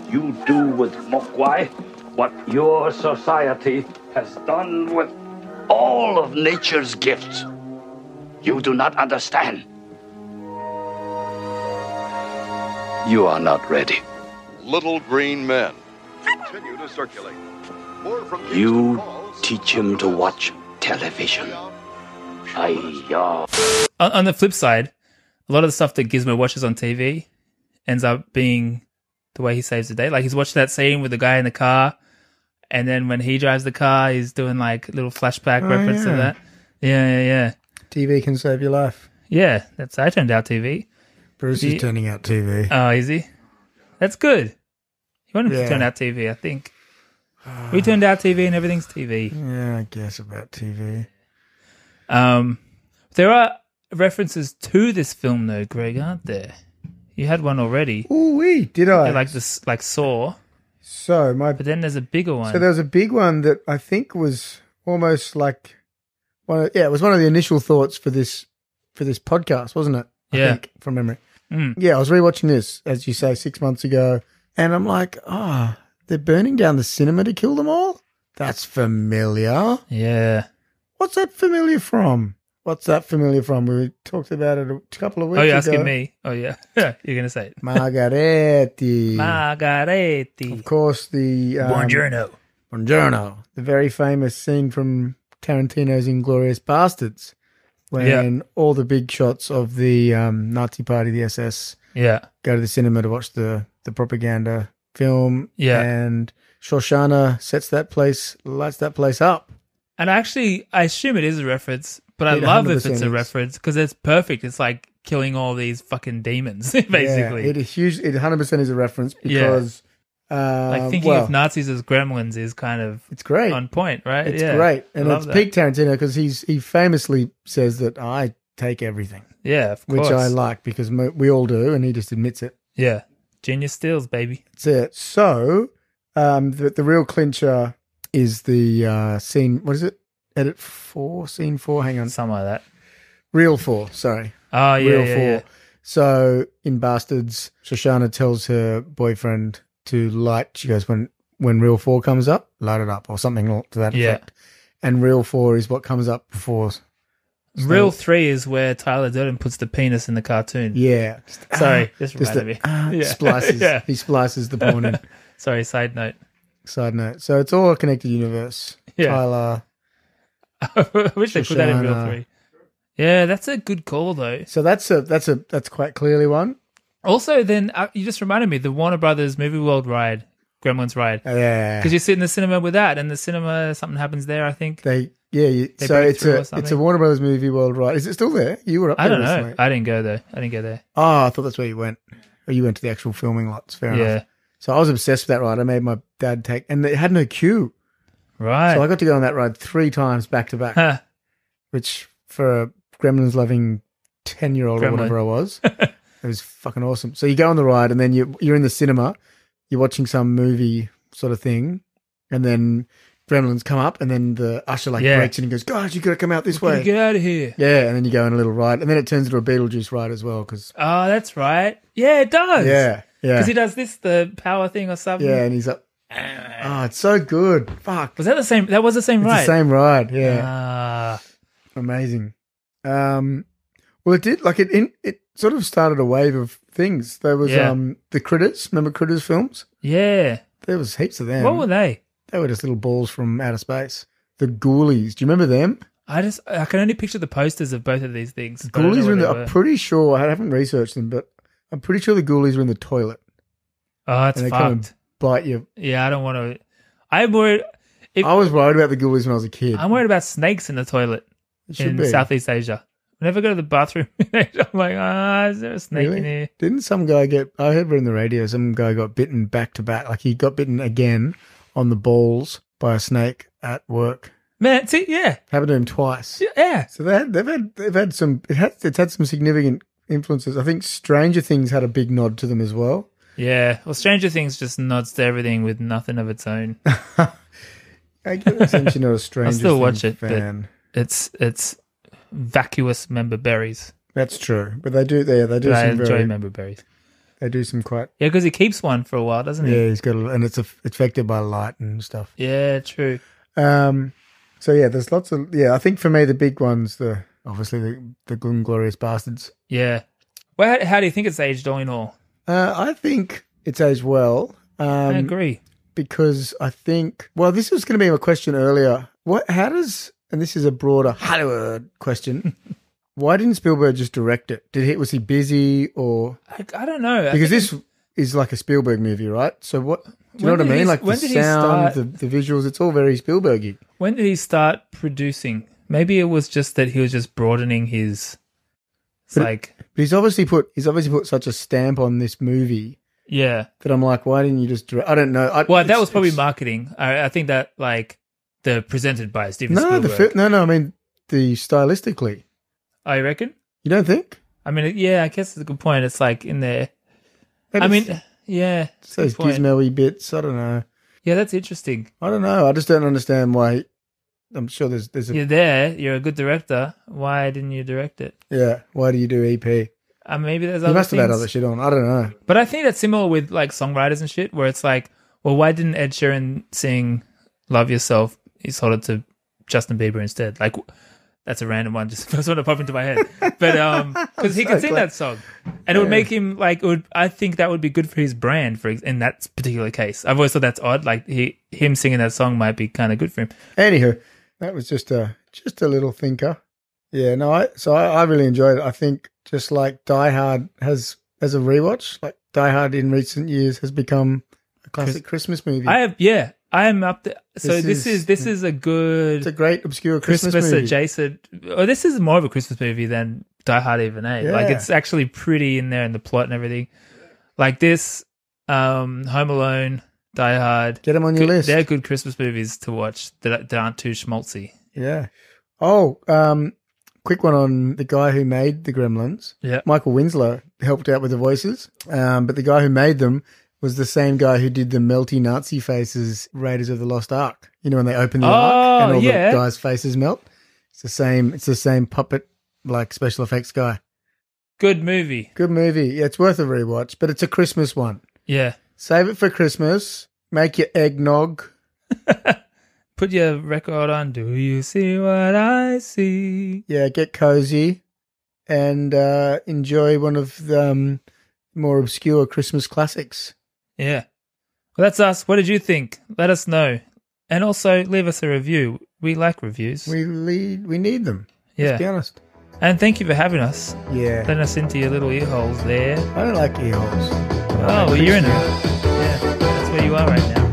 you do with Mokwai what your society has done with all of nature's gifts. You do not understand. You are not ready.
Little Green Men. Continue to circulate. More from
You teach him to watch television. I, uh...
on, on the flip side, a lot of the stuff that Gizmo watches on TV ends up being the way he saves the day. Like he's watching that scene with the guy in the car, and then when he drives the car, he's doing like little flashback
Oh,
reference
yeah.
to that. Yeah, yeah, yeah,
TV can save your life.
yeah. That's I turned out TV.
Bruce
Yeah.
is turning out TV.
Oh, is he? That's good. You want him
Yeah.
to turn out TV, I think. we turned out TV and everything's TV.
Yeah, I guess about TV.
Um, there are references to this film though, Greg, aren't there? You had one already.
Ooh wee, did I?
Yeah, like this, like Saw.
So my
But then there's a bigger one.
So there was a big one that I think was almost like one. Of, yeah, it was one of the initial thoughts for this for this podcast, wasn't it? I
Yeah.
think, from memory.
Mm.
Yeah, I was rewatching this as you say six months ago, and I'm like, ah, they're burning down the cinema to kill them all. That's familiar.
Yeah.
What's that familiar from? What's that familiar from? We talked about it a couple of weeks
Oh, you're
ago.
asking me? Oh, yeah. You're gonna say it.
Margaretti.
Margaretti.
Hmm. Of course, the um,
Buongiorno.
Buongiorno. The very famous scene from Tarantino's Inglorious Bastards, when
Yeah.
all the big shots of the um, Nazi Party, the SS,
Yeah.
go to the cinema to watch the the propaganda film.
Yeah.
and Shoshana sets that place, lights that place up.
And actually, I assume it is a reference, but I
It
love if it's
100%
a
is.
reference because it's perfect. It's like killing all these fucking demons, basically.
yeah, it is huge. It hundred percent is a reference
Yeah.
because. Uh,
like thinking
well,
of Nazis as gremlins is kind of
It's great.
on point, right?
It's
Yeah.
great,
I
and
love
it's
that.
peak Tarantino because he's he famously says that I take everything,
Yeah, of
which I
course.
like because mo- we all do, and he just admits it.
Yeah, genius steals, baby.
That's it. So, um, the, the real clincher is the uh, scene. What is it? Edit four, scene four. Hang on,
something like that.
Real four. Sorry.
Oh, yeah,
Real
yeah, yeah.
So in Bastards, Shoshana tells her boyfriend to light. She goes when when Real Four comes up, light it up, or something to that
Yeah.
effect. And Real Four is what comes up before.
Real three is where Tyler Durden puts the penis in the cartoon.
Yeah.
Sorry, this
Just
reminded
the, ah,
me. Yeah.
Splices.
yeah.
He splices the porn in.
Sorry, side note.
Side note. So it's all a connected universe.
Yeah.
Tyler.
I wish they put that in real
Shoshana.
three. Yeah, that's a good call though.
So that's a that's a that's quite clearly one.
Also, then uh, you just reminded me the Warner Brothers Movie World ride, Gremlins ride.
Yeah.
Because you sit in the cinema with that, and the cinema something happens there. I think.
They yeah. You,
They
so
bring it
it's
through
a
or something.
it's a Warner Brothers movie world right. Is it still there? You were up there
I don't know.
recently.
I didn't go there. I didn't go there.
Oh, I thought that's where you went. Or you went to the actual filming lots. Fair
Yeah.
enough. So I was obsessed with that ride. I made my dad take, and it had no queue.
Right.
So I got to go on that ride three times back to back,
Huh.
which for a gremlins loving 10 year old or
Gremlin.
whatever I was, it was fucking awesome. So you go on the ride and then you, you're in the cinema, you're watching some movie sort of thing, and then gremlins come up, and then the usher like
Yeah.
breaks in and goes, Guys, you got to come out this
Gotta
way.
Get out of here.
Yeah, and then you go on a little ride, and then it turns into a Beetlejuice ride as well because
Oh, that's right. Yeah, it does.
Yeah, yeah.
Because he does this the power thing or something.
Yeah, and he's like, oh, it's so good. Fuck.
Ah. Was that the same? That was the same
It's
ride.
the same ride. Yeah.
Ah.
Amazing. Um, well, it did, like, it, in, it sort of started a wave of things. There was
Yeah.
um the Critters. Remember Critters films?
Yeah.
There was heaps of them.
What were they?
They were just little balls from outer space. The Ghoulies. Do you remember them?
I just I can only picture the posters of both of these things. but I don't know
Ghoulies were in
what
the,
they
I'm pretty sure, I haven't researched them, but I'm pretty sure the Ghoulies were in the toilet.
Oh, it's
and they come
fucked.
and bite you.
Yeah, I don't want to. I'm worried. If,
I was worried about the ghoulies when I was a kid.
I'm worried about snakes in the toilet
It should
in
be.
Southeast Asia. Whenever I go to the bathroom, in Asia, I'm like, ah, is there a snake in here?
Didn't some guy get? I heard on the radio some guy got bitten back to back. Like he got bitten again on the balls by a snake at work.
Man, see, yeah,
happened to him twice.
Yeah.
So they had, they've had they've had some. It has, it's had some significant influences. I think Stranger Things had a big nod to them as well.
Yeah. Well, Stranger Things just nods to everything with nothing of its own.
I get the sense you're not a Stranger
I still watch
Things
it,
fan.
but it's it's vacuous member berries.
That's true. But they do. They they do.
But I
some
enjoy
very,
member berries.
They do some quite.
Yeah, because he keeps one for a while, doesn't
Yeah,
he?
he's got, a, and it's aff- affected by light and stuff.
Yeah, true.
Um, so yeah, there's lots of yeah. I think for me the big ones, the obviously the the Glorious Bastards.
Yeah. Well, how, how do you think it's aged all in all?
Uh, I think it's aged well. Um, I
agree
because I think well, this was going to be a question earlier. What? How does? And this is a broader Hollywood question. Why didn't Spielberg just direct it? Did he was he busy or
I, I don't know. I
because
think-
this is like a Spielberg movie, right? So what? Do you
When
know what I
did
mean?
he-
like the
when did he
sound,
start-
the, the visuals, it's all very Spielbergy.
When did he start producing? Maybe it was just that he was just broadening his. It's
But it-
like
But he's obviously put he's obviously put such a stamp on this movie
yeah.
that I'm like, why didn't you just direct? I don't know. I,
Well, that
it's-
was probably
it's-
marketing. I, I think that like the presented by Steven
no,
Spielberg.
the fi- no, no. I mean, the stylistically,
I reckon.
you don't think?
I mean, yeah, I guess it's a good point. It's like in there.
And
I
it's-
mean, yeah, it's
It's
a
those
good point.
gizmo-y bits. I don't know.
Yeah, that's interesting.
I don't know. I just don't understand why. I'm sure there's there's a
You're there. You're a good director. Why didn't you direct it?
yeah. Why do you do EP?
Uh, maybe there's
He
other
must have
things.
had other shit on. I don't know.
But I think that's similar with like songwriters and shit, where it's like, well, why didn't Ed Sheeran sing "Love Yourself"? He sold it to Justin Bieber instead. Like, w- that's a random one. Just first one to pop into my head. But um, because he
I'm
could
so
sing
glad.
that song, and it would
Yeah.
make him like, it would I think that would be good for his brand for ex- in that particular case. I've always thought that's odd. Like he him singing that song might be kind of good for him.
Anywho, that was just a just a little thinker. Yeah, no, I so I, I really enjoyed it. I think just like Die Hard has as a rewatch, like Die Hard in recent years has become a classic Christmas movie.
I have yeah. I am up there. So
This
this,
is-
is, this is a good
it's a great obscure Christmas,
Christmas,
movie.
adjacent. Oh, this is more of a Christmas movie than Die Hard even eh? Like
Yeah.
it's actually pretty in there in the plot and everything. Like this, um, Home Alone, Die Hard.
Get 'em on your
Good-
list.
They're good Christmas movies to watch that, that aren't too schmaltzy.
Yeah. Oh, um, quick one on the guy who made the Gremlins.
Yeah.
Michael Winslow helped out with the voices, um, but the guy who made them was the same guy who did the melty Nazi faces Raiders of the Lost Ark. You know when they open the
Oh,
ark and all
yeah.
the guys' faces melt. It's the same. It's the same puppet like special effects guy.
Good movie.
Good movie. Yeah, it's worth a rewatch, but it's a Christmas one.
Yeah.
Save it for Christmas. Make your eggnog.
Put your record on. Do you see what I see?
yeah, get cozy and uh, enjoy one of the um, more obscure Christmas classics.
Yeah. Well, that's us. What did you think? Let us know. And also leave us a review. We like reviews.
We lead, we need them.
yeah.
Let's be honest.
And thank you for having us.
Yeah.
Letting us into your little ear holes there.
I don't like ear holes.
Oh, well, you're in it. Yeah, that's where you are right now.